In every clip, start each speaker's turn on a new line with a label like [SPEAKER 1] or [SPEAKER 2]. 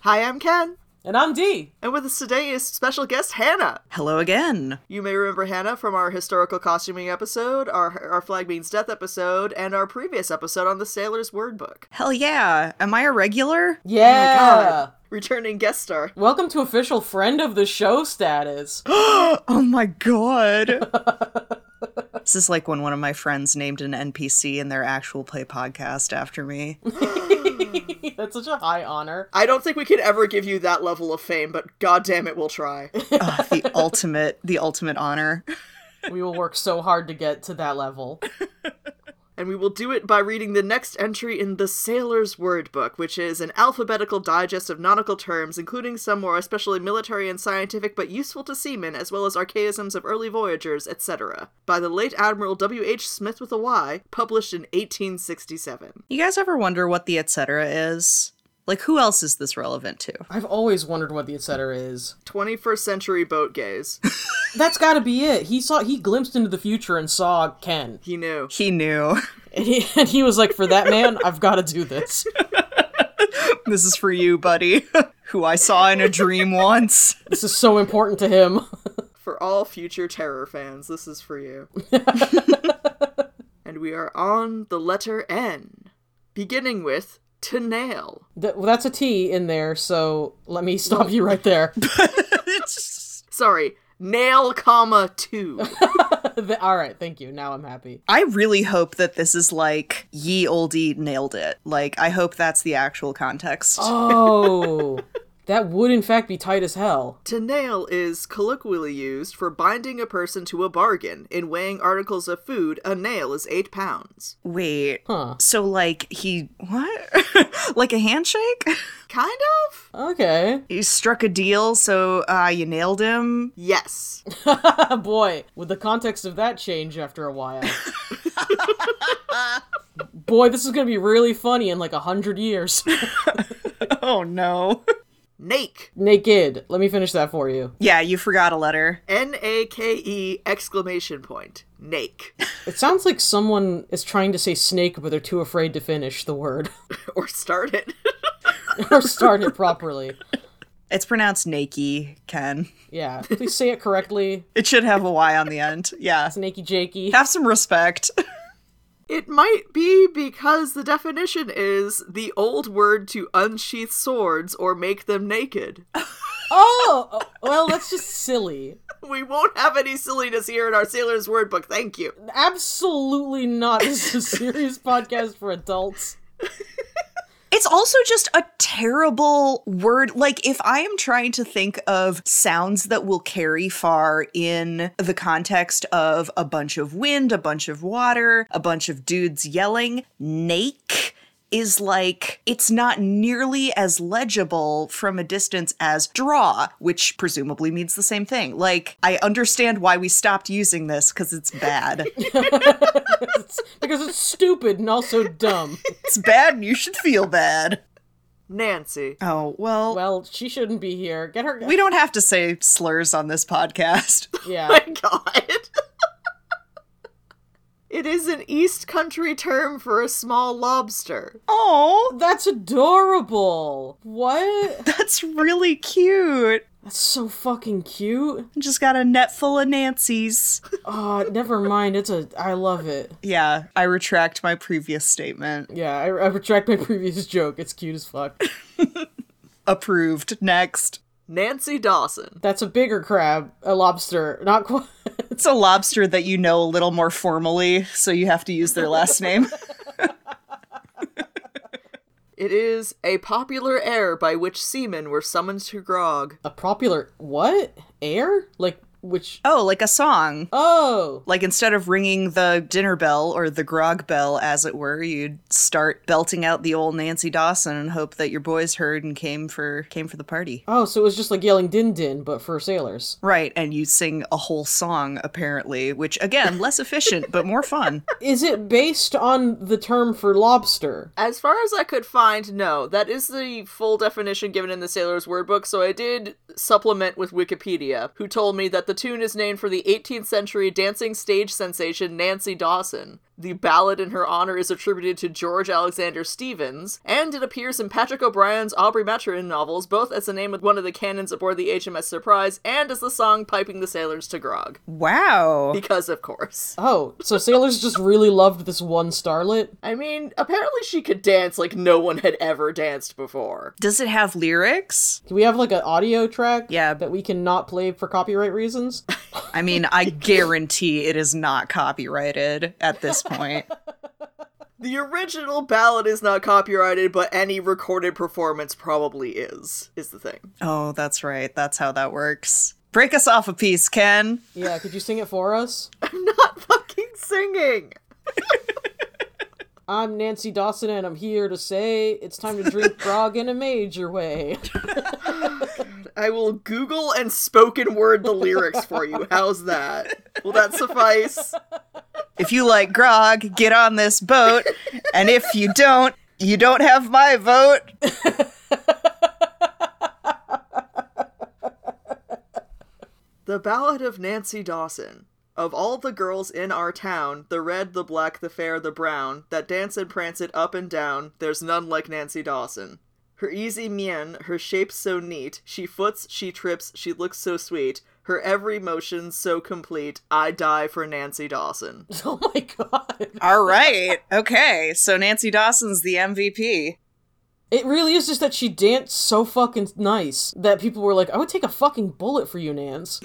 [SPEAKER 1] Hi, I'm Ken.
[SPEAKER 2] And I'm D.
[SPEAKER 1] And with us today is special guest Hannah.
[SPEAKER 3] Hello again.
[SPEAKER 1] You may remember Hannah from our historical costuming episode, our, our flag means death episode, and our previous episode on the Sailor's Word Book.
[SPEAKER 3] Hell yeah. Am I a regular?
[SPEAKER 2] Yeah.
[SPEAKER 1] Returning guest star.
[SPEAKER 2] Oh Welcome to official friend of the show status.
[SPEAKER 3] Oh my god. this is like when one of my friends named an NPC in their actual play podcast after me.
[SPEAKER 2] That's such a high honor.
[SPEAKER 1] I don't think we can ever give you that level of fame, but goddamn it, we'll try.
[SPEAKER 3] Ugh, Ah, the ultimate, the ultimate honor.
[SPEAKER 2] We will work so hard to get to that level.
[SPEAKER 1] and we will do it by reading the next entry in the Sailor's Word Book, which is an alphabetical digest of nautical terms, including some more especially military and scientific but useful to seamen, as well as archaisms of early voyagers, etc., by the late Admiral W.H. Smith with a Y, published in 1867.
[SPEAKER 3] You guys ever wonder what the etc is? Like who else is this relevant to?
[SPEAKER 2] I've always wondered what the et cetera is.
[SPEAKER 1] 21st century boat gaze.
[SPEAKER 2] That's got to be it. He saw he glimpsed into the future and saw Ken,
[SPEAKER 1] He knew.
[SPEAKER 3] He knew.
[SPEAKER 2] and he, and he was like, "For that man, I've got to do this."
[SPEAKER 3] this is for you, buddy. who I saw in a dream once.
[SPEAKER 2] This is so important to him.
[SPEAKER 1] For all future terror fans, this is for you. and we are on the letter N, beginning with to nail.
[SPEAKER 2] Th- well, that's a T in there, so let me stop you right there.
[SPEAKER 1] Sorry, nail, comma two.
[SPEAKER 2] Th- All right, thank you. Now I'm happy.
[SPEAKER 3] I really hope that this is like ye oldie nailed it. Like I hope that's the actual context.
[SPEAKER 2] Oh, that would in fact be tight as hell.
[SPEAKER 1] to nail is colloquially used for binding a person to a bargain. In weighing articles of food, a nail is eight pounds.
[SPEAKER 3] Wait.
[SPEAKER 2] Huh.
[SPEAKER 3] So like he what? like a handshake?
[SPEAKER 1] Kind of?
[SPEAKER 2] Okay.
[SPEAKER 3] he struck a deal, so uh you nailed him.
[SPEAKER 1] Yes.
[SPEAKER 2] Boy, would the context of that change after a while? Boy, this is gonna be really funny in like a hundred years.
[SPEAKER 3] Oh no.
[SPEAKER 1] Nake.
[SPEAKER 2] Naked. Let me finish that for you.
[SPEAKER 3] yeah, you forgot a letter.
[SPEAKER 1] N A K E exclamation point. Nake.
[SPEAKER 2] It sounds like someone is trying to say snake, but they're too afraid to finish the word
[SPEAKER 1] or start it.
[SPEAKER 2] or start it properly.
[SPEAKER 3] It's pronounced Nakey, Ken.
[SPEAKER 2] Yeah, please say it correctly.
[SPEAKER 3] It should have a Y on the end. Yeah.
[SPEAKER 2] Snakey Jakey.
[SPEAKER 3] Have some respect.
[SPEAKER 1] It might be because the definition is the old word to unsheath swords or make them naked.
[SPEAKER 2] Oh, oh, well, that's just silly.
[SPEAKER 1] We won't have any silliness here in our Sailor's Word Book, thank you.
[SPEAKER 2] Absolutely not. This is a serious podcast for adults.
[SPEAKER 3] It's also just a terrible word. Like, if I am trying to think of sounds that will carry far in the context of a bunch of wind, a bunch of water, a bunch of dudes yelling, nake is like, it's not nearly as legible from a distance as draw, which presumably means the same thing. Like, I understand why we stopped using this because it's bad.
[SPEAKER 2] Because it's stupid and also dumb.
[SPEAKER 3] it's bad and you should feel bad.
[SPEAKER 1] Nancy.
[SPEAKER 3] Oh, well.
[SPEAKER 2] Well, she shouldn't be here. Get her.
[SPEAKER 3] We don't have to say slurs on this podcast.
[SPEAKER 2] yeah.
[SPEAKER 1] My god. it is an East Country term for a small lobster.
[SPEAKER 3] Oh,
[SPEAKER 2] That's adorable. What?
[SPEAKER 3] that's really cute.
[SPEAKER 2] That's so fucking cute.
[SPEAKER 3] Just got a net full of Nancy's.
[SPEAKER 2] Oh, never mind. It's a. I love it.
[SPEAKER 3] Yeah, I retract my previous statement.
[SPEAKER 2] Yeah, I, I retract my previous joke. It's cute as fuck.
[SPEAKER 3] Approved. Next.
[SPEAKER 1] Nancy Dawson.
[SPEAKER 2] That's a bigger crab, a lobster. Not quite.
[SPEAKER 3] It's a lobster that you know a little more formally, so you have to use their last name.
[SPEAKER 1] It is a popular air by which seamen were summoned to grog.
[SPEAKER 2] a popular what? Air? Like which?
[SPEAKER 3] oh, like a song.
[SPEAKER 2] Oh,
[SPEAKER 3] Like instead of ringing the dinner bell or the grog bell, as it were, you'd start belting out the old Nancy Dawson and hope that your boys heard and came for came for the party.
[SPEAKER 2] oh. So it was just like yelling din din, but for sailors.
[SPEAKER 3] Right, and you sing a whole song apparently, which again, less efficient but more fun.
[SPEAKER 2] Is it based on the term for lobster?
[SPEAKER 1] As far as I could find, no. That is the full definition given in the Sailor's Word Book, so I did supplement with Wikipedia, who told me that the tune is named for the 18th century dancing stage sensation Nancy Dawson, The ballad in her honor is attributed to George Alexander Stevens, and it appears in Patrick O'Brien's Aubrey Maturin novels, both as the name of one of the cannons aboard the HMS Surprise and as the song piping the sailors to grog.
[SPEAKER 3] Wow.
[SPEAKER 1] Because, of course.
[SPEAKER 2] Oh, so sailors just really loved this one starlet?
[SPEAKER 1] I mean, apparently she could dance like no one had ever danced before.
[SPEAKER 3] Does it have lyrics?
[SPEAKER 2] Do we have like an audio track?
[SPEAKER 3] Yeah.
[SPEAKER 2] That we cannot play for copyright reasons?
[SPEAKER 3] I mean, I guarantee it is not copyrighted at this point.
[SPEAKER 1] The original ballad is not copyrighted, but any recorded performance probably is, is the thing.
[SPEAKER 3] Oh, that's right. That's how that works. Break us off a piece, Ken.
[SPEAKER 2] yeah, could you sing it for us?
[SPEAKER 1] I'm not fucking singing!
[SPEAKER 2] I'm Nancy Dawson and I'm here to say it's time to drink grog in a major way.
[SPEAKER 1] I will Google and spoken word the lyrics for you. How's that? Will that suffice?
[SPEAKER 3] If you like grog, get on this boat. And if you don't, you don't have my vote.
[SPEAKER 1] The Ballad of Nancy Dawson. Of all the girls in our town, the red, the black, the fair, the brown, that dance and prance it up and down, there's none like Nancy Dawson. Her easy mien, her shape so neat, she foots, she trips, she looks so sweet, her every motion so complete, I die for Nancy Dawson.
[SPEAKER 2] oh my god.
[SPEAKER 3] All right. Okay. So Nancy Dawson's the MVP.
[SPEAKER 2] It really is just that she danced so fucking nice that people were like, I would take a fucking bullet for you, Nance.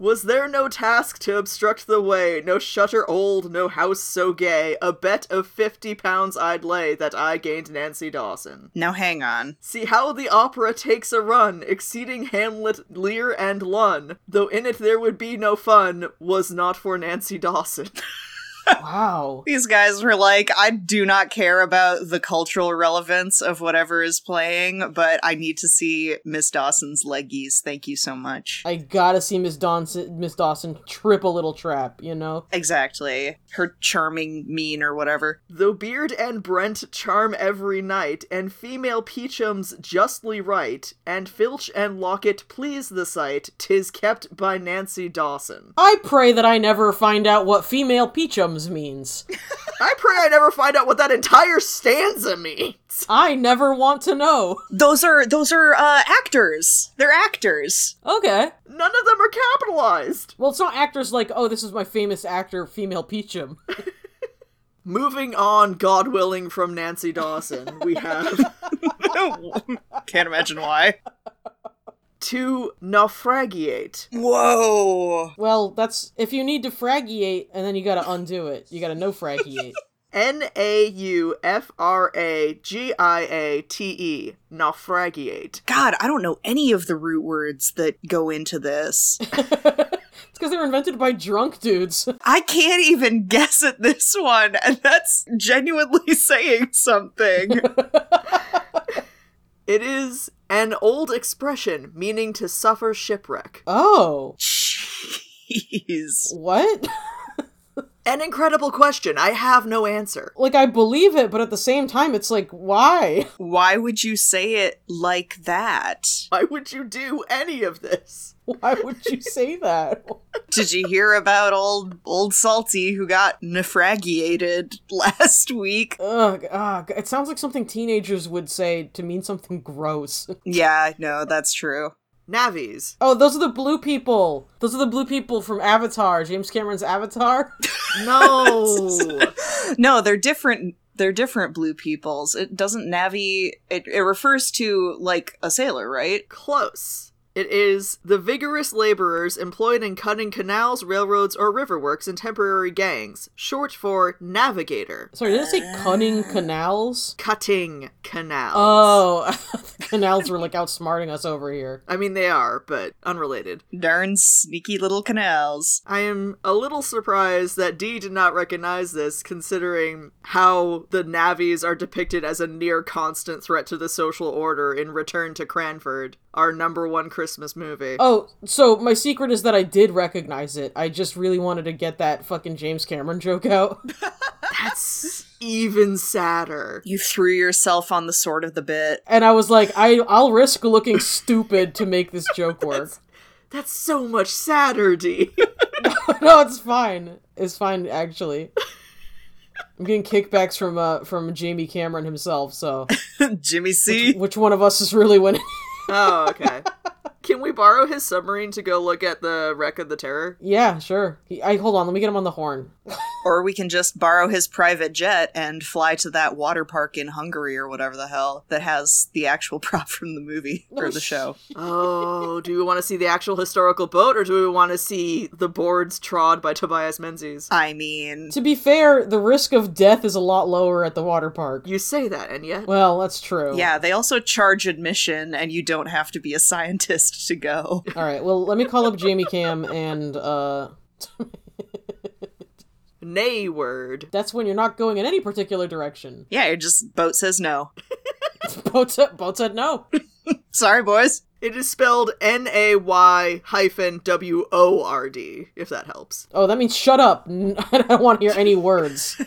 [SPEAKER 1] Was there no task to obstruct the way? No shutter old, no house so gay. A bet of fifty pounds I'd lay that I gained Nancy Dawson.
[SPEAKER 3] Now hang on.
[SPEAKER 1] See how the opera takes a run, exceeding Hamlet, Lear, and Lunn. Though in it there would be no fun, was not for Nancy Dawson.
[SPEAKER 2] wow.
[SPEAKER 3] These guys were like, I do not care about the cultural relevance of whatever is playing, but I need to see Miss Dawson's leggies. Thank you so much.
[SPEAKER 2] I gotta see Miss Dawson, Miss Dawson trip a little trap, you know?
[SPEAKER 3] Exactly. Her charming mean or whatever.
[SPEAKER 1] Though Beard and Brent charm every night, and female Peachums justly right, and Filch and Locket please the sight, tis kept by Nancy Dawson.
[SPEAKER 2] I pray that I never find out what female peachums means.
[SPEAKER 1] I pray I never find out what that entire stanza means.
[SPEAKER 2] I never want to know.
[SPEAKER 3] Those are those are uh, actors. They're actors.
[SPEAKER 2] Okay.
[SPEAKER 1] None of them are capitalized.
[SPEAKER 2] Well, it's not actors like, oh, this is my famous actor, female peachum.
[SPEAKER 1] Moving on, God willing, from Nancy Dawson, we have
[SPEAKER 3] Can't imagine why.
[SPEAKER 1] to naufragiate.
[SPEAKER 3] Whoa.
[SPEAKER 2] Well, that's if you need to fragiate and then you gotta undo it. You gotta no fragiate.
[SPEAKER 1] N A U F R A G I A T E. Naufragiate.
[SPEAKER 3] God, I don't know any of the root words that go into this.
[SPEAKER 2] it's because they were invented by drunk dudes.
[SPEAKER 3] I can't even guess at this one, and that's genuinely saying something.
[SPEAKER 1] It is an old expression meaning to suffer shipwreck.
[SPEAKER 2] oh.
[SPEAKER 3] Jeez.
[SPEAKER 2] What?
[SPEAKER 1] An incredible question. I have no answer.
[SPEAKER 2] like, I believe it, but at the same time, it's like, why?
[SPEAKER 3] Why would you say it like that?
[SPEAKER 1] Why would you do any of this?
[SPEAKER 2] Why would you say that?
[SPEAKER 3] Did you hear about old old Salty who got naufragiated last week?
[SPEAKER 2] Ugh, ugh, it sounds like something teenagers would say to mean something gross.
[SPEAKER 3] Yeah, no, that's true.
[SPEAKER 1] Navies.
[SPEAKER 2] Oh, those are the blue people. Those are the blue people from Avatar, James Cameron's Avatar.
[SPEAKER 1] No.
[SPEAKER 3] No, they're different. They're different blue peoples. It doesn't Navi. It, it refers to like a sailor, right?
[SPEAKER 1] Close. It is the vigorous laborers employed in cutting canals, railroads, or riverworks in temporary gangs, short for navigator.
[SPEAKER 2] Sorry, did I say cunning canals?
[SPEAKER 1] Cutting canals.
[SPEAKER 2] Oh, the canals were like outsmarting us over here.
[SPEAKER 1] I mean, they are, but unrelated.
[SPEAKER 3] Darn sneaky little canals.
[SPEAKER 1] I am a little surprised that Dee did not recognize this, considering how the Navies are depicted as a near constant threat to the social order in Return to Cranford, our number one Christmas movie.
[SPEAKER 2] Oh, so my secret is that I did recognize it. I just really wanted to get that fucking James Cameron joke out.
[SPEAKER 1] That's even sadder.
[SPEAKER 3] You threw yourself on the sword of the bit.
[SPEAKER 2] And I was like, I I'll risk looking stupid to make this joke work.
[SPEAKER 1] That's so much sadder, Dee.
[SPEAKER 2] no, it's fine. It's fine actually. I'm getting kickbacks from uh from Jamie Cameron himself. So
[SPEAKER 3] Jimmy C.
[SPEAKER 2] which one of us is really winning?
[SPEAKER 1] Oh, okay. Can we borrow his submarine to go look at the wreck of the Terror?
[SPEAKER 2] yeah, sure. He, I hold on. Let me get him on the horn.
[SPEAKER 3] Or we can just borrow his private jet and fly to that water park in Hungary or whatever the hell that has the actual prop from the movie or the show.
[SPEAKER 1] Oh, do we want to see the actual historical boat or do we want to see the boards trod by Tobias Menzies?
[SPEAKER 3] I mean,
[SPEAKER 2] To be fair, the risk of death is a lot lower at the water park.
[SPEAKER 1] You say that, and yet.
[SPEAKER 2] Well, that's true.
[SPEAKER 3] yeah, they also charge admission and you don't have to be a scientist to go.
[SPEAKER 2] All right. Well, let me call up Jamie Cam, and uh,
[SPEAKER 1] Nay word.
[SPEAKER 2] that's when you're not going in any particular direction.
[SPEAKER 3] Yeah, you're just boat says no.
[SPEAKER 2] Boat said, boat said no.
[SPEAKER 3] Sorry, boys.
[SPEAKER 1] It is spelled N A Y hyphen W O R D, if that helps.
[SPEAKER 2] Oh, that means shut up. I don't want to hear any words.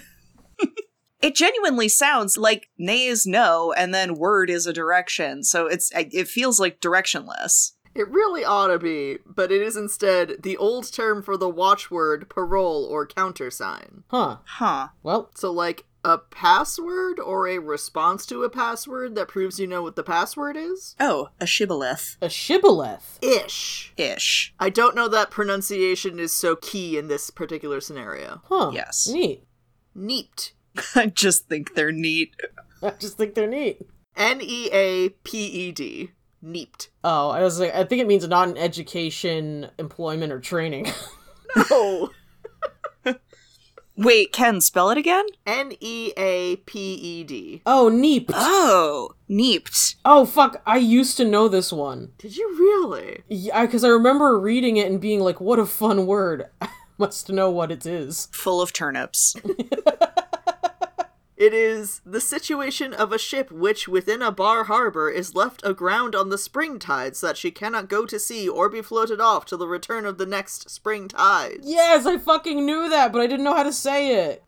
[SPEAKER 3] It genuinely sounds like nay is no, and then word is a direction. So it's it feels like directionless.
[SPEAKER 1] It really ought to be, but it is instead the old term for the watchword, parole, or countersign.
[SPEAKER 2] Huh.
[SPEAKER 3] Huh.
[SPEAKER 2] Well,
[SPEAKER 1] So, like, a password or a response to a password that proves you know what the password is?
[SPEAKER 3] Oh, a shibboleth
[SPEAKER 2] a shibboleth.
[SPEAKER 1] Ish.
[SPEAKER 3] ish.
[SPEAKER 1] I don't know that pronunciation is so key in this particular scenario.
[SPEAKER 2] Huh.
[SPEAKER 3] Yes.
[SPEAKER 2] Neat.
[SPEAKER 1] Neat.
[SPEAKER 3] I just think they're neat.
[SPEAKER 2] I just think they're neat.
[SPEAKER 1] N E A P E D. Neat.
[SPEAKER 2] Oh, I was like, I think it means not in education, employment, or training.
[SPEAKER 1] Oh.
[SPEAKER 3] Wait, Ken, spell it again?
[SPEAKER 1] N E A P E D.
[SPEAKER 2] oh, neep.
[SPEAKER 3] Oh, neeped.
[SPEAKER 2] Oh, fuck. I used to know this one.
[SPEAKER 1] Did you really?
[SPEAKER 2] Yeah, because I remember reading it and being like, what a fun word. Must know what it is.
[SPEAKER 3] Full of turnips.
[SPEAKER 1] It is the situation of a ship which, within a bar harbor, is left aground on the spring tide so that she cannot go to sea or be floated off till the return of the next spring tide.
[SPEAKER 2] Yes, I fucking knew that, but I didn't know how to say it.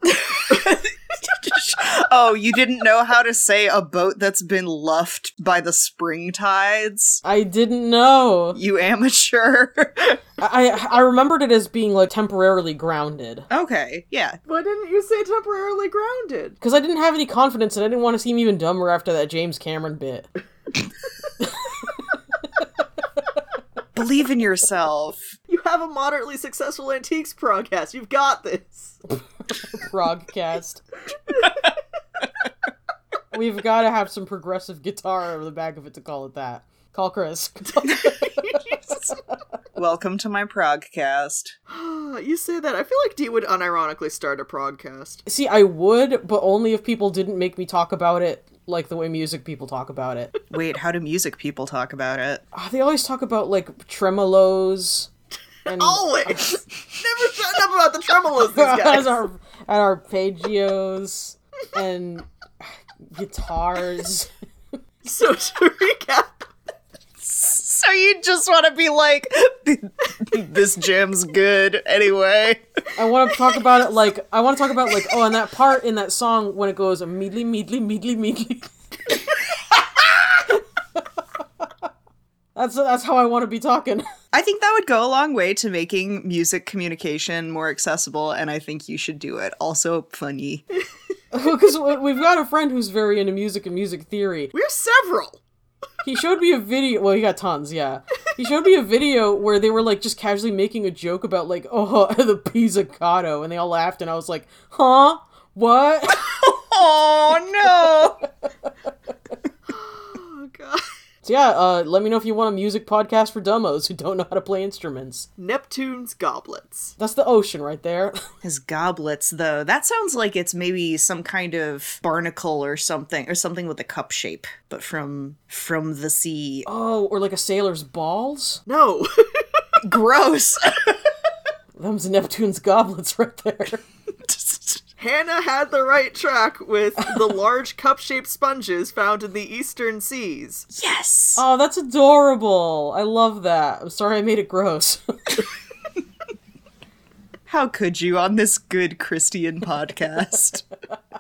[SPEAKER 3] oh, you didn't know how to say a boat that's been luffed by the spring tides?
[SPEAKER 2] I didn't know.
[SPEAKER 3] You amateur.
[SPEAKER 2] I I I remembered it as being like temporarily grounded.
[SPEAKER 3] okay, yeah.
[SPEAKER 1] Why didn't you say temporarily grounded?
[SPEAKER 2] Because I didn't have any confidence and I didn't want to seem even dumber after that James Cameron bit.
[SPEAKER 3] Believe in yourself.
[SPEAKER 1] You have a moderately successful antiques podcast. You've got this.
[SPEAKER 2] Progcast. We've got to have some progressive guitar over the back of it to call it that. Call Chris.
[SPEAKER 3] Welcome to my progcast.
[SPEAKER 1] you say that. I feel like D would unironically start a podcast.
[SPEAKER 2] See, I would, but only if people didn't make me talk about it like the way music people talk about it.
[SPEAKER 3] Wait, how do music people talk about it?
[SPEAKER 2] Ah, they always talk about like tremolos and
[SPEAKER 1] Always! Never shut up about the tremolos, these guys.
[SPEAKER 2] and our, and arpeggios and guitars.
[SPEAKER 1] So to recap,
[SPEAKER 3] So you just want to be like, this jam's good anyway.
[SPEAKER 2] I want to talk about it like I want to talk about like oh, and that part in that song when it goes immediately, immediately, immediately, immediately. that's that's how I want to be talking.
[SPEAKER 3] I think that would go a long way to making music communication more accessible, and I think you should do it. Also, funny.
[SPEAKER 2] Because we've got a friend who's very into music and music theory.
[SPEAKER 1] we're several.
[SPEAKER 2] He showed me a video. Well, he got tons, yeah. He showed me a video where they were like just casually making a joke about like oh the pizzicato, and they all laughed, and I was like, huh, what?
[SPEAKER 3] Oh no!
[SPEAKER 1] Oh, God.
[SPEAKER 2] so yeah, uh, let me know if you want a music podcast for dumbos who don't know how to play instruments.
[SPEAKER 1] Neptune's goblets.
[SPEAKER 2] That's the ocean right there.
[SPEAKER 3] His goblets, though, that sounds like it's maybe some kind of barnacle or something, or something with a cup shape, but from from the sea.
[SPEAKER 2] Oh, or like a sailor's balls?
[SPEAKER 1] No.
[SPEAKER 3] Gross.
[SPEAKER 2] Them's Neptune's goblets right there.
[SPEAKER 1] Hannah had the right track with the large cup shaped sponges found in the eastern seas.
[SPEAKER 3] yes.
[SPEAKER 2] Oh, that's adorable. I love that. I'm sorry I made it gross.
[SPEAKER 3] How could you on this good Christian podcast?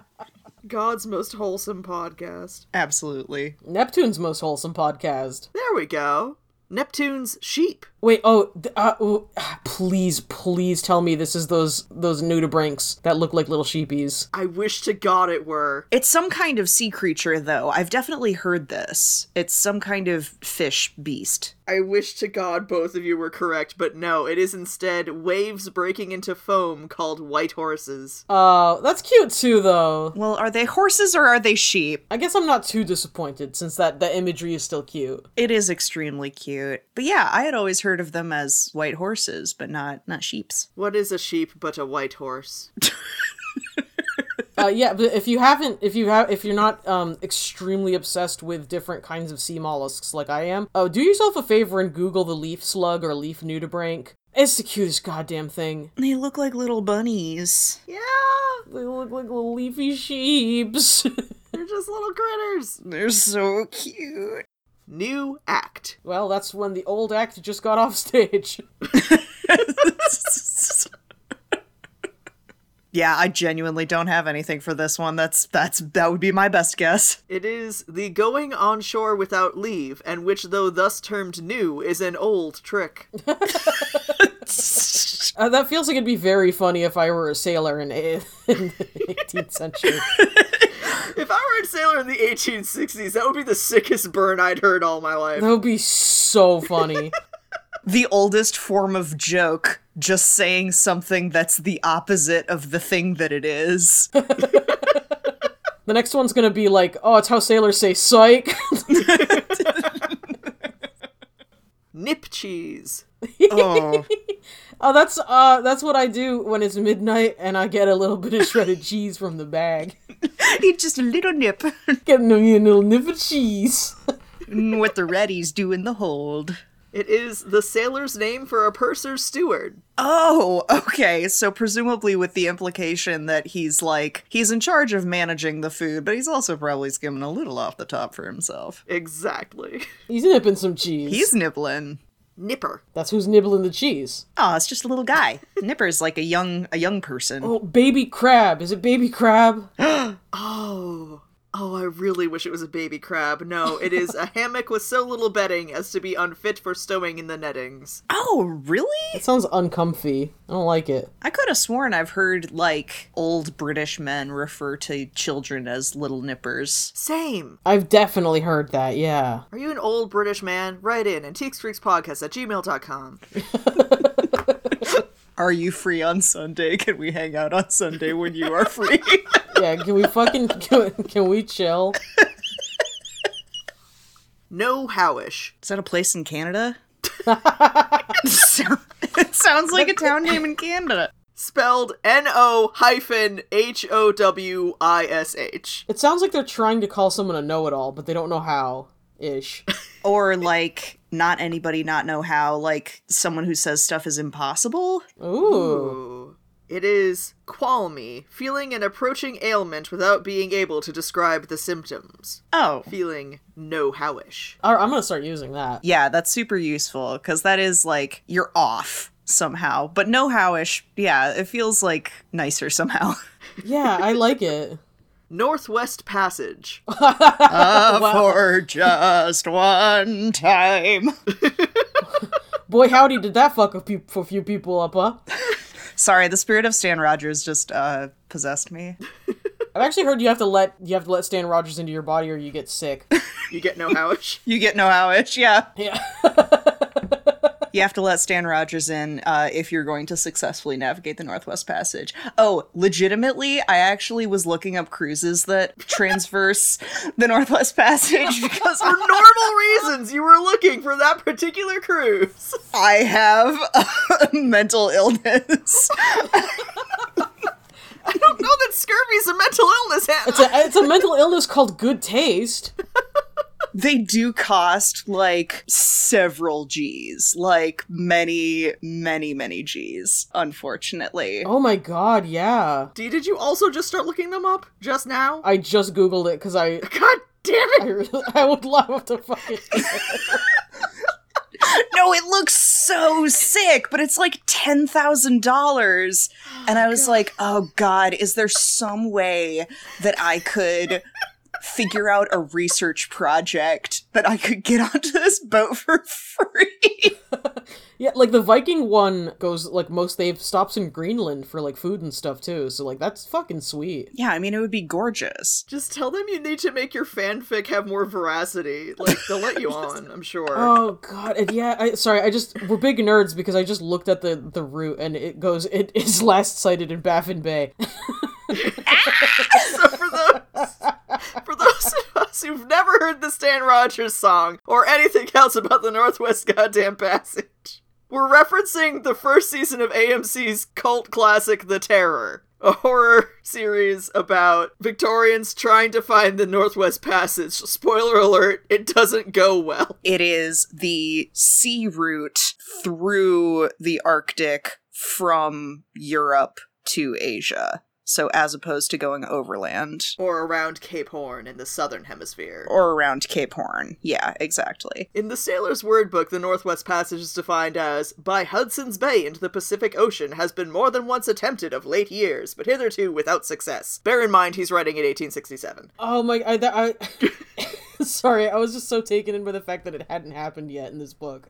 [SPEAKER 1] God's most wholesome podcast.
[SPEAKER 3] Absolutely.
[SPEAKER 2] Neptune's most wholesome podcast.
[SPEAKER 1] There we go. Neptune's sheep.
[SPEAKER 2] Wait, oh, th- uh, oh, please, please tell me this is those those nudibranchs that look like little sheepies.
[SPEAKER 1] I wish to God it were.
[SPEAKER 3] It's some kind of sea creature, though. I've definitely heard this. It's some kind of fish beast.
[SPEAKER 1] I wish to God both of you were correct, but no, it is instead waves breaking into foam called white horses.
[SPEAKER 2] Oh, that's cute too, though.
[SPEAKER 3] Well, are they horses or are they sheep?
[SPEAKER 2] I guess I'm not too disappointed since that the imagery is still cute.
[SPEAKER 3] It is extremely cute. But yeah, I had always heard of them as white horses, but not not sheeps.
[SPEAKER 1] What is a sheep but a white horse?
[SPEAKER 2] Uh, yeah, but if you haven't, if you have, if you're not um, extremely obsessed with different kinds of sea mollusks like I am, uh, do yourself a favor and Google the leaf slug or leaf nudibranch. It's the cutest goddamn thing.
[SPEAKER 3] They look like little bunnies.
[SPEAKER 1] Yeah,
[SPEAKER 2] They look like little leafy sheeps.
[SPEAKER 1] they're just little critters.
[SPEAKER 3] They're so cute.
[SPEAKER 1] New act.
[SPEAKER 2] well, that's when the old act just got off stage.
[SPEAKER 3] yeah, I genuinely don't have anything for this one. That's that's that would be my best guess.
[SPEAKER 1] It is the going on shore without leave, and which, though thus termed new, is an old trick.
[SPEAKER 2] Uh, that feels like it'd be very funny if I were a sailor in, in the 18th century.
[SPEAKER 1] if I were a sailor in the 1860s, that would be the sickest burn I'd heard all my life.
[SPEAKER 2] That would be so funny.
[SPEAKER 3] The oldest form of joke, just saying something that's the opposite of the thing that it is.
[SPEAKER 2] The next one's gonna be like, oh, it's how sailors say psych.
[SPEAKER 1] Nip cheese.
[SPEAKER 3] oh.
[SPEAKER 2] Oh, that's uh, that's what I do when it's midnight and I get a little bit of shredded cheese from the bag.
[SPEAKER 3] Need just a little nip.
[SPEAKER 2] Get a little nip of cheese.
[SPEAKER 3] what the readies do in the hold.
[SPEAKER 1] It is the sailor's name for a purser's steward.
[SPEAKER 3] Oh, okay. So presumably with the implication that he's like he's in charge of managing the food, but he's also probably skimming a little off the top for himself.
[SPEAKER 1] Exactly.
[SPEAKER 2] He's nipping some cheese.
[SPEAKER 3] He's nibbling.
[SPEAKER 1] Nipper.
[SPEAKER 2] That's who's nibbling the cheese.
[SPEAKER 3] Oh, it's just a little guy. Nipper's like a young a young person.
[SPEAKER 2] Oh, baby crab. Is it baby crab?
[SPEAKER 1] Oh. Oh, I really wish it was a baby crab. No, it is a hammock with so little bedding as to be unfit for stowing in the nettings.
[SPEAKER 3] Oh, really?
[SPEAKER 2] It sounds uncomfy. I don't like it.
[SPEAKER 3] I could have sworn I've heard like old British men refer to children as little nippers.
[SPEAKER 1] Same.
[SPEAKER 2] I've definitely heard that, yeah.
[SPEAKER 1] Are you an old British man? Write in antiquesfreakspodcast at gmail.com.
[SPEAKER 3] Are you free on Sunday? Can we hang out on Sunday when you are free?
[SPEAKER 2] Yeah, can we fucking can, can we chill?
[SPEAKER 1] No howish.
[SPEAKER 3] Is that a place in Canada? it sounds like a town name in Canada.
[SPEAKER 1] Spelled N O hyphen H O W I S H.
[SPEAKER 2] It sounds like they're trying to call someone a know-it-all, but they don't know how. Ish.
[SPEAKER 3] Or like not anybody not know how, like someone who says stuff is impossible.
[SPEAKER 2] Ooh.
[SPEAKER 1] Ooh. It is qualmy, feeling an approaching ailment without being able to describe the symptoms.
[SPEAKER 3] Oh.
[SPEAKER 1] Feeling no howish.
[SPEAKER 2] All right, I'm gonna start using that.
[SPEAKER 3] Yeah, that's super useful because that is like you're off somehow. But no howish, yeah, it feels like nicer somehow.
[SPEAKER 2] Yeah, I like it.
[SPEAKER 1] Northwest Passage.
[SPEAKER 3] Uh, For just one time.
[SPEAKER 2] Boy, howdy, did that fuck a few, for a few people up, huh?
[SPEAKER 3] Sorry, the spirit of Stan Rogers just uh, possessed me.
[SPEAKER 2] I've actually heard you have to let you have to let Stan Rogers into your body or you get sick.
[SPEAKER 1] You get no howish.
[SPEAKER 3] You get no howish, yeah.
[SPEAKER 2] Yeah.
[SPEAKER 3] You have to let Stan Rogers in uh, if you're going to successfully navigate the Northwest Passage. Oh, legitimately, I actually was looking up cruises that transverse the Northwest Passage because
[SPEAKER 1] For normal reasons, you were looking for that particular cruise.
[SPEAKER 3] I have a mental illness.
[SPEAKER 1] I don't know that scurvy's a mental illness, Hannah.
[SPEAKER 2] It's a, it's a mental illness called good taste.
[SPEAKER 3] They do cost like several G's, like many, many, many G's, unfortunately.
[SPEAKER 2] Oh my god, yeah.
[SPEAKER 1] Dee, did you also just start looking them up just now?
[SPEAKER 2] I just googled it because I
[SPEAKER 1] God damn
[SPEAKER 2] I,
[SPEAKER 1] it!
[SPEAKER 2] really, I would love to fucking.
[SPEAKER 3] No, it looks so sick, but it's like ten thousand dollars, and I was like, "Oh God, is there some way that I could figure out a research project that I could get onto this boat for free?"
[SPEAKER 2] Yeah, like the Viking one goes like most they've stops in Greenland for like food and stuff too. So like that's fucking sweet.
[SPEAKER 3] Yeah, I mean it would be gorgeous.
[SPEAKER 1] Just tell them you need to make your fanfic have more veracity. Like they'll let you on, I'm sure.
[SPEAKER 2] Oh god, and yeah. I, sorry, I just we're big nerds because I just looked at the the route and it goes. It is last sighted in Baffin Bay.
[SPEAKER 1] so for those for those of us who've never heard the Stan Rogers song or anything else about the Northwest Goddamn Passage, we're referencing the first season of AMC's cult classic The Terror, a horror series about Victorians trying to find the Northwest Passage. Spoiler alert, it doesn't go well.
[SPEAKER 3] It is the sea route through the Arctic from Europe to Asia. So, as opposed to going overland
[SPEAKER 1] Or around Cape Horn in the southern hemisphere.
[SPEAKER 3] or around Cape Horn. Yeah, exactly.
[SPEAKER 1] In the Sailor's Word Book, the Northwest Passage is defined as by Hudson's Bay into the Pacific Ocean has been more than once attempted of late years, but hitherto without success. Bear in mind he's writing in 1867.
[SPEAKER 2] oh my, I, that, I sorry, I was just so taken in by the fact that it hadn't happened yet in this book.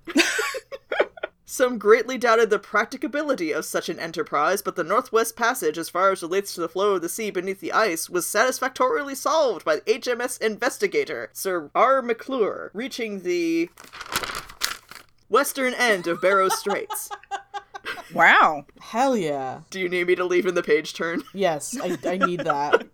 [SPEAKER 1] Some greatly doubted the practicability of such an enterprise, but the Northwest Passage, as far as relates to the flow of the sea beneath the ice, was satisfactorily solved by the HMS Investigator, Sir R. McClure, reaching the western end of Barrow Straits.
[SPEAKER 3] Wow.
[SPEAKER 2] Hell yeah,
[SPEAKER 1] Do you need me to leave in the page turn?
[SPEAKER 2] yes, I, I need that.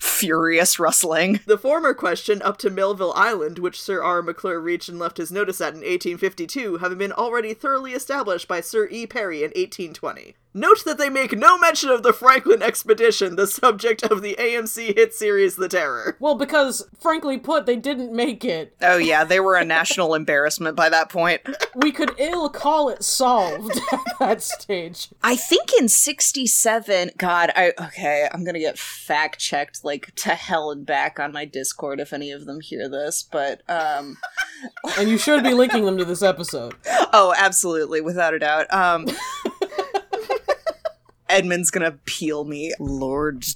[SPEAKER 3] Furious rustling.
[SPEAKER 1] The former question up to Melville Island, which Sir R. McClure reached and left his notice at in 1852, having been already thoroughly established by Sir E. Perry in 1820. Note that they make no mention of the Franklin expedition, the subject of the AMC hit series The Terror.
[SPEAKER 2] Well, because frankly put, they didn't make it.
[SPEAKER 3] Oh, yeah, they were a national embarrassment by that point.
[SPEAKER 2] We could ill call it solved at that stage.
[SPEAKER 3] I think in 67, God, I, okay, I'm gonna get fact checked like to hell and back on my Discord if any of them hear this, but, um,
[SPEAKER 2] And you should be linking them to this episode.
[SPEAKER 3] oh, absolutely, without a doubt. Um, Edmund's gonna peel me. Lord.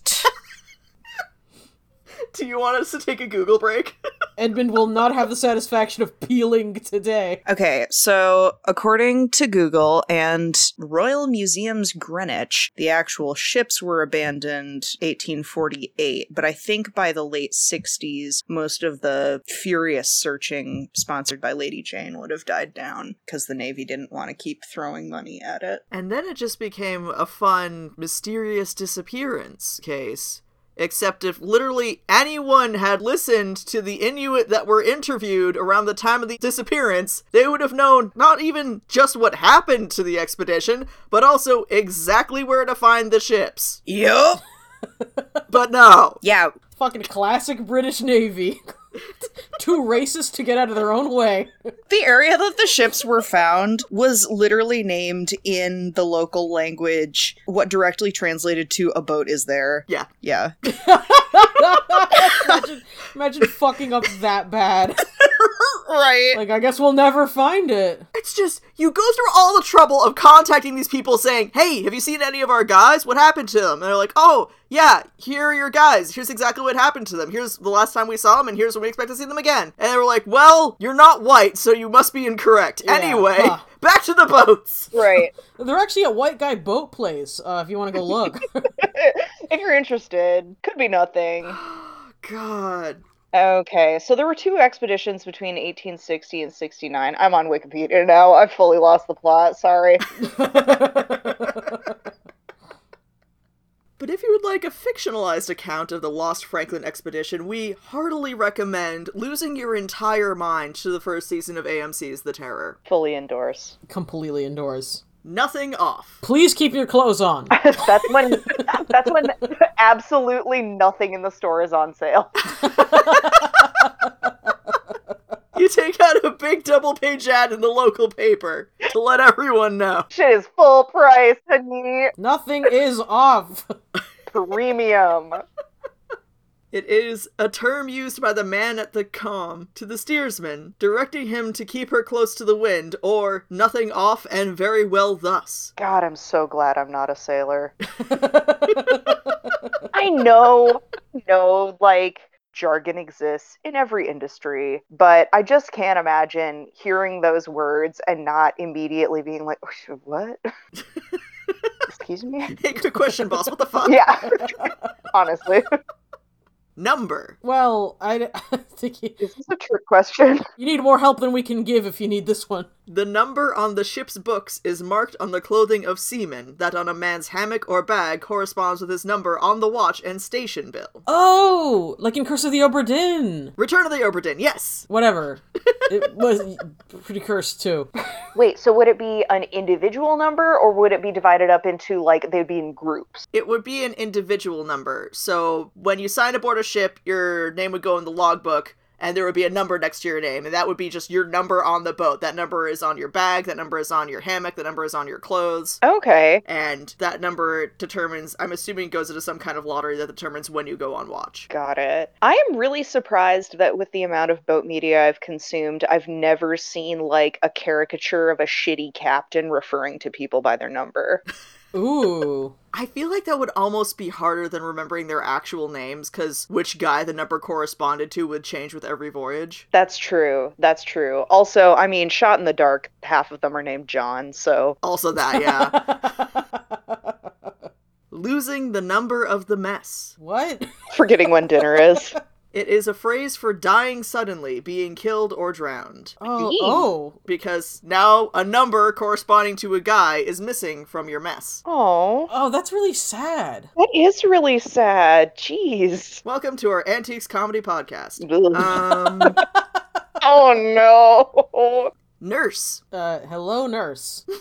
[SPEAKER 1] Do you want us to take a Google break?
[SPEAKER 2] Edmund will not have the satisfaction of peeling today.
[SPEAKER 3] Okay, so according to Google and Royal Museums Greenwich, the actual ships were abandoned 1848, but I think by the late 60s, most of the furious searching sponsored by Lady Jane would have died down because the Navy didn't want to keep throwing money at it.
[SPEAKER 1] And then it just became a fun, mysterious disappearance case. Except if literally anyone had listened to the Inuit that were interviewed around the time of the disappearance, they would have known not even just what happened to the expedition, but also exactly where to find the ships.
[SPEAKER 3] Yup.
[SPEAKER 1] But no.
[SPEAKER 3] Yeah,
[SPEAKER 2] Fucking classic British Navy. Too racist to get out of their own way.
[SPEAKER 3] The area that the ships were found was literally named in the local language, what directly translated to a boat is there.
[SPEAKER 1] Yeah.
[SPEAKER 3] Yeah.
[SPEAKER 2] Imagine, imagine fucking up that bad.
[SPEAKER 3] right.
[SPEAKER 2] Like, I guess we'll never find it.
[SPEAKER 1] It's just, you go through all the trouble of contacting these people saying, hey, have you seen any of our guys? What happened to them? And they're like, oh, yeah, here are your guys. Here's exactly what happened to them. Here's the last time we saw them, and here's when we expect to see them again. And they were like, well, you're not white, so you must be incorrect. anyway,
[SPEAKER 2] huh.
[SPEAKER 1] back to the boats.
[SPEAKER 3] right.
[SPEAKER 2] They're actually at White Guy Boat Place, uh, if you want to go look.
[SPEAKER 4] if you're interested, could be nothing.
[SPEAKER 1] Oh, God.
[SPEAKER 4] Okay, so there were two expeditions between 1860 and 69. I'm on Wikipedia now. I fully lost the plot. Sorry.
[SPEAKER 1] But if you would like a fictionalized account of the Lost Franklin expedition, we heartily recommend losing your entire mind to the first season of AMC's The Terror.
[SPEAKER 4] fully endorse.
[SPEAKER 2] Completely indoors.
[SPEAKER 1] Nothing off.
[SPEAKER 2] Please keep your clothes on.
[SPEAKER 4] that's when that's when absolutely nothing in the store is on sale.
[SPEAKER 1] You take out a big double page ad in the local paper to let everyone know.
[SPEAKER 4] Shit is full price, honey.
[SPEAKER 2] Nothing is off.
[SPEAKER 4] Premium.
[SPEAKER 1] It is a term used by the man at the com to the steersman, directing him to keep her close to the wind, or nothing off and very well thus.
[SPEAKER 4] God, I'm so glad I'm not a sailor. I know, no, like jargon exists in every industry, but I just can't imagine hearing those words and not immediately being like, what? Excuse me?
[SPEAKER 1] Good question, boss. What the fuck?
[SPEAKER 4] Yeah, honestly.
[SPEAKER 1] Number.
[SPEAKER 2] Well, I, I think you,
[SPEAKER 4] Is this a trick question?
[SPEAKER 2] you need more help than we can give if you need this one.
[SPEAKER 1] The number on the ship's books is marked on the clothing of seamen. That on a man's hammock or bag corresponds with his number on the watch and station bill.
[SPEAKER 2] Oh, like in Curse of the Oberdin.
[SPEAKER 1] Return of the Oberdin. Yes.
[SPEAKER 2] Whatever. it was pretty cursed too.
[SPEAKER 4] Wait, so would it be an individual number or would it be divided up into like they'd be in groups?
[SPEAKER 1] It would be an individual number. So when you sign aboard a ship, your name would go in the logbook. And there would be a number next to your name, and that would be just your number on the boat. That number is on your bag, that number is on your hammock, that number is on your clothes.
[SPEAKER 4] Okay.
[SPEAKER 1] and that number determines i'm assuming goes into some kind of lottery that determines when you go on watch
[SPEAKER 4] Got it. I am really surprised that with the amount of boat media I've consumed, I've never seen like a caricature of a shitty captain referring to people by their number.
[SPEAKER 2] Ooh.
[SPEAKER 1] i feel like that would almost be harder than remembering their actual names because which guy the number corresponded to would change with every voyage
[SPEAKER 4] That's true. That's true. Also, I mean, shot in the dark, half of them are named John, so
[SPEAKER 1] also that yeah losing the number of the mess
[SPEAKER 2] what?
[SPEAKER 4] forgetting when dinner is.
[SPEAKER 1] it is a phrase for dying suddenly being killed or drowned
[SPEAKER 2] Oh,
[SPEAKER 4] Jeez.
[SPEAKER 2] oh.
[SPEAKER 1] because now a number corresponding to a guy is missing from your mess
[SPEAKER 4] Oh,
[SPEAKER 2] Oh, that's really sad.
[SPEAKER 4] that is really sad. Jeez.
[SPEAKER 1] welcome to our antiques comedy podcast
[SPEAKER 4] Ugh.
[SPEAKER 1] um
[SPEAKER 4] oh no.
[SPEAKER 1] nurse
[SPEAKER 2] Uh, hello, nurse.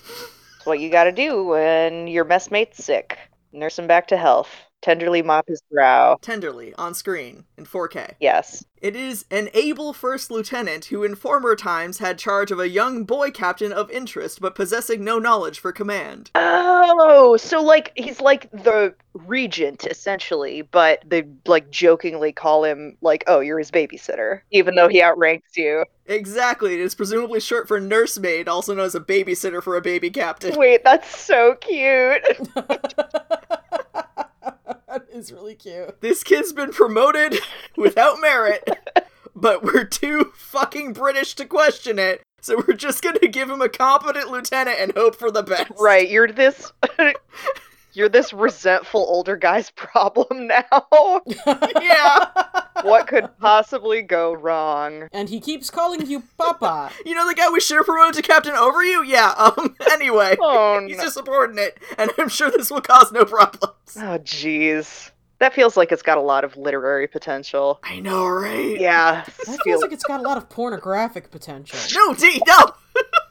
[SPEAKER 4] It's what you gotta do when your mess mate's sick. Nurse him back to health. Tenderly mop his brow.
[SPEAKER 1] tenderly on screen in 4K.
[SPEAKER 4] Yes.
[SPEAKER 1] It is an able first lieutenant who in former times had charge of a young boy captain of interest but possessing no knowledge for command.
[SPEAKER 4] Oh, so like he's like the regent essentially, but they like jokingly call him like, "Oh, you're his babysitter," even though he outranks you.
[SPEAKER 1] Exactly, it is presumably short for nursemaid, also known as a babysitter for a baby captain.
[SPEAKER 4] Wait, that's so cute.
[SPEAKER 2] that is really cute.
[SPEAKER 1] This kid's been promoted without merit, but we're too fucking British to question it. So we're just gonna give him a competent lieutenant and hope for the best.
[SPEAKER 4] Right, you're this you're this resentful older guy's problem now.
[SPEAKER 1] Yeah.
[SPEAKER 4] what could possibly go wrong?
[SPEAKER 2] And he keeps calling you Papa.
[SPEAKER 1] You know the guy we should have promoted to captain over you? Yeah. Um. Anyway.
[SPEAKER 4] Oh
[SPEAKER 1] He's
[SPEAKER 4] no.
[SPEAKER 1] a subordinate, and I'm sure this will cause no problems.
[SPEAKER 4] Oh jeez. That feels like it's got a lot of literary potential.
[SPEAKER 1] I know, right?
[SPEAKER 4] Yeah.
[SPEAKER 2] That
[SPEAKER 4] feel-
[SPEAKER 2] feels like it's got a lot of pornographic potential.
[SPEAKER 1] No, D, no!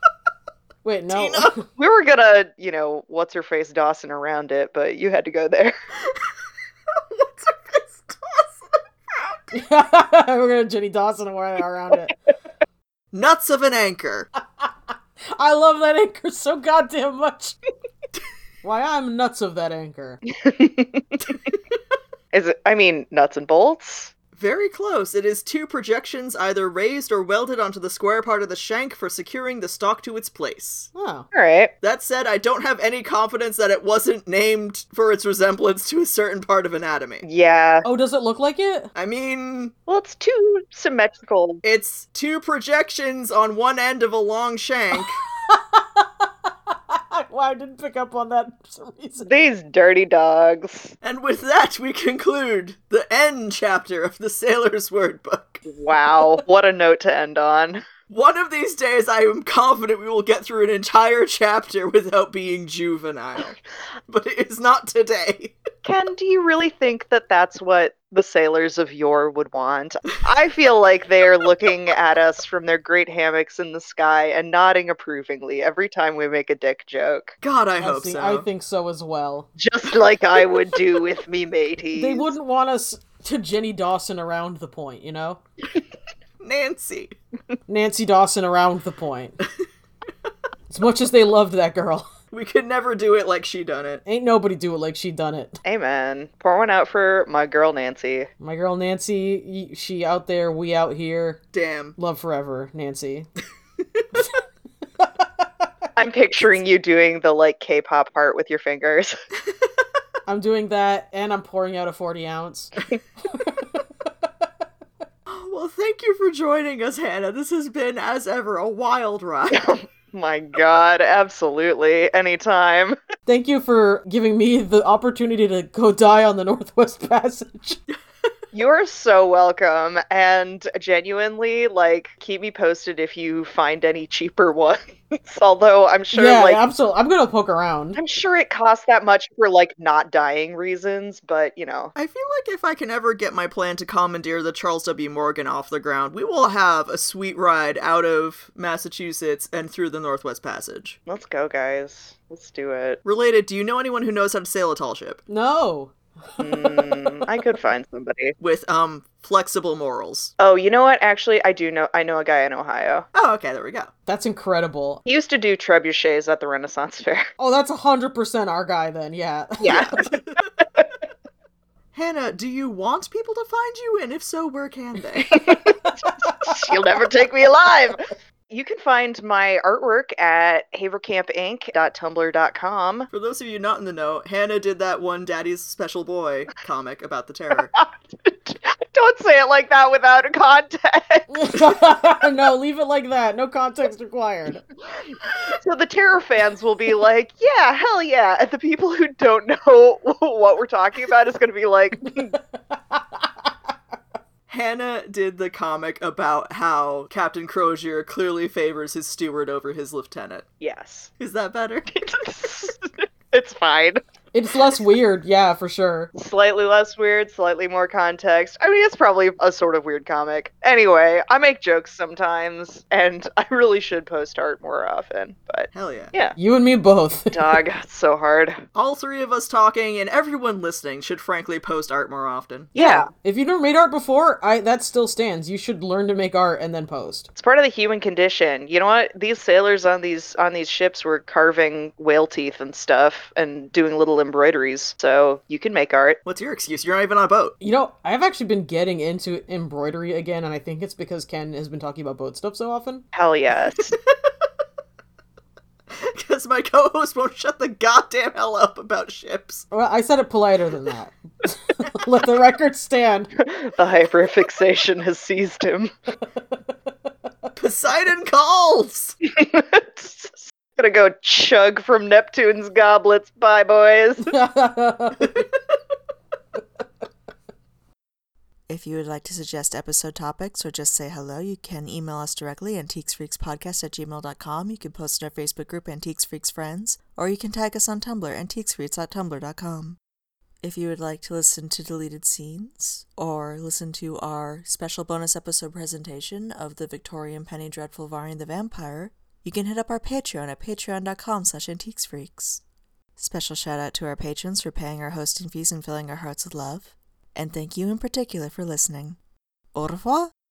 [SPEAKER 2] Wait, no.
[SPEAKER 4] we were gonna, you know, what's her face Dawson around it, but you had to go there.
[SPEAKER 1] What's her face toss?
[SPEAKER 2] We're gonna Jenny Dawson around around it.
[SPEAKER 1] Nuts of an anchor.
[SPEAKER 2] I love that anchor so goddamn much. Why I'm nuts of that anchor.
[SPEAKER 4] Is it? I mean, nuts and bolts.
[SPEAKER 1] Very close. It is two projections either raised or welded onto the square part of the shank for securing the stock to its place.
[SPEAKER 2] Oh.
[SPEAKER 4] All right.
[SPEAKER 1] That said, I don't have any confidence that it wasn't named for its resemblance to a certain part of anatomy.
[SPEAKER 4] Yeah.
[SPEAKER 2] Oh, does it look like it?
[SPEAKER 1] I mean,
[SPEAKER 4] Well, it's too symmetrical.
[SPEAKER 1] it's two projections on one end of a long shank.
[SPEAKER 2] well, I didn't pick up on that for some reason.
[SPEAKER 4] These dirty dogs.
[SPEAKER 1] And with that, we conclude the end chapter of the Sailor's Word Book.
[SPEAKER 4] Wow. what a note to end on.
[SPEAKER 1] One of these days, I am confident we will get through an entire chapter without being juvenile. But it is not today.
[SPEAKER 4] Ken, do you really think that that's what the sailors of yore would want? I feel like they are looking at us from their great hammocks in the sky and nodding approvingly every time we make a dick joke,
[SPEAKER 1] God, I, hope
[SPEAKER 2] see,
[SPEAKER 1] so.
[SPEAKER 2] I think so as well.
[SPEAKER 4] just like I would do with me mateys.
[SPEAKER 2] They wouldn't want us to Jenny Dawson around the point, you know?
[SPEAKER 1] Nancy.
[SPEAKER 2] Nancy Dawson around the point. as much as they loved that girl,
[SPEAKER 1] We could never do it like she done it.
[SPEAKER 2] ain't nobody do it like she done it.
[SPEAKER 4] Amen. Pour one out for my girl Nancy.
[SPEAKER 2] My girl Nancy, y- she out there, we out here.
[SPEAKER 1] Damn.
[SPEAKER 2] Love forever, Nancy.
[SPEAKER 4] I'm picturing you doing the like K-pop part with your fingers.
[SPEAKER 2] I'm doing that, and I'm pouring out a 40 ounce.
[SPEAKER 1] Thank you for joining us, Hannah. This has been, as ever, a wild ride.
[SPEAKER 4] My God, absolutely. Anytime.
[SPEAKER 2] Thank you for giving me the opportunity to go die on the Northwest Passage.
[SPEAKER 4] You're so welcome. And genuinely, like, keep me posted if you find any cheaper ones. Although I'm sure,
[SPEAKER 2] yeah,
[SPEAKER 4] like,
[SPEAKER 2] absolutely. I'm gonna poke around.
[SPEAKER 4] I'm sure it costs that much for, like, not dying reasons, but, you know.
[SPEAKER 1] I feel like if I can ever get my plan to commandeer the Charles W. Morgan off the ground, we will have a sweet ride out of Massachusetts and through the Northwest Passage.
[SPEAKER 4] Let's go, guys. Let's do it.
[SPEAKER 1] Related, do you know anyone who knows how to sail a tall ship?
[SPEAKER 2] No.
[SPEAKER 4] Mm, I could find somebody.
[SPEAKER 1] With, um, flexible morals.
[SPEAKER 4] Oh, you know what? Actually, I do know. I know a guy in Ohio.
[SPEAKER 1] Oh, okay, there we go.
[SPEAKER 2] That's incredible.
[SPEAKER 4] He used to do trebuchets at the Renaissance Fair.
[SPEAKER 2] Oh, that's 100% our guy then, yeah.
[SPEAKER 4] Yeah.
[SPEAKER 1] Hannah, do you want people to find you? And if so, where can they?
[SPEAKER 4] She'll never take me alive. You can find my artwork at havercampinc.tumblr.com.
[SPEAKER 1] For those of you not in the know, Hannah did that one Daddy's Special Boy comic about the terror.
[SPEAKER 4] Don't say it like that without a context.
[SPEAKER 2] no, leave it like that. No context required.
[SPEAKER 4] So the terror fans will be like, yeah, hell yeah. And the people who don't know what we're talking about is going to be like,
[SPEAKER 1] Hannah did the comic about how Captain Crozier clearly favors his steward over his lieutenant.
[SPEAKER 4] yes,
[SPEAKER 1] Is that better?
[SPEAKER 4] it's fine.
[SPEAKER 2] It's less weird, yeah, for sure.
[SPEAKER 4] Slightly less weird, slightly more context. I mean, it's probably a sort of weird comic. Anyway, I make jokes sometimes, and I really should post art more often, but
[SPEAKER 1] Hell yeah.
[SPEAKER 4] yeah.
[SPEAKER 2] You and me both.
[SPEAKER 4] Dog, it's so hard.
[SPEAKER 1] All three of us talking and everyone listening should frankly post art more often.
[SPEAKER 4] Yeah.
[SPEAKER 2] If you've never made art before, I that still stands. You should learn to make art and then post.
[SPEAKER 4] It's part of the human condition. You know what? These sailors on these on these ships were carving whale teeth and stuff and doing little embroideries. So you can make art.
[SPEAKER 1] What's your excuse? You're not even on a boat.
[SPEAKER 2] You know, I've actually been getting into embroidery again, and I think it's because Ken has been talking about boat stuff so often.
[SPEAKER 4] Hell yes.
[SPEAKER 1] Because my co host won't shut the goddamn hell up about ships.
[SPEAKER 2] Well, I said it politer than that. Let the record stand.
[SPEAKER 4] the hyperfixation has seized him.
[SPEAKER 1] Poseidon calls!
[SPEAKER 4] Gonna go chug from Neptune's goblets. Bye, boys.
[SPEAKER 5] If you would like to suggest episode topics or just say hello, you can email us directly antiquesfreakspodcast at gmail.com. You can post in our Facebook group, Antiques Freaks Friends, or you can tag us on Tumblr, antiquesfreaks.tumblr.com. If you would like to listen to deleted scenes or listen to our special bonus episode presentation of the Victorian Penny Dreadful Varney the Vampire, you can hit up our Patreon at patreon.com slash antiquesfreaks. Special shout out to our patrons for paying our hosting fees and filling our hearts with love. And thank you in particular for listening. Au revoir!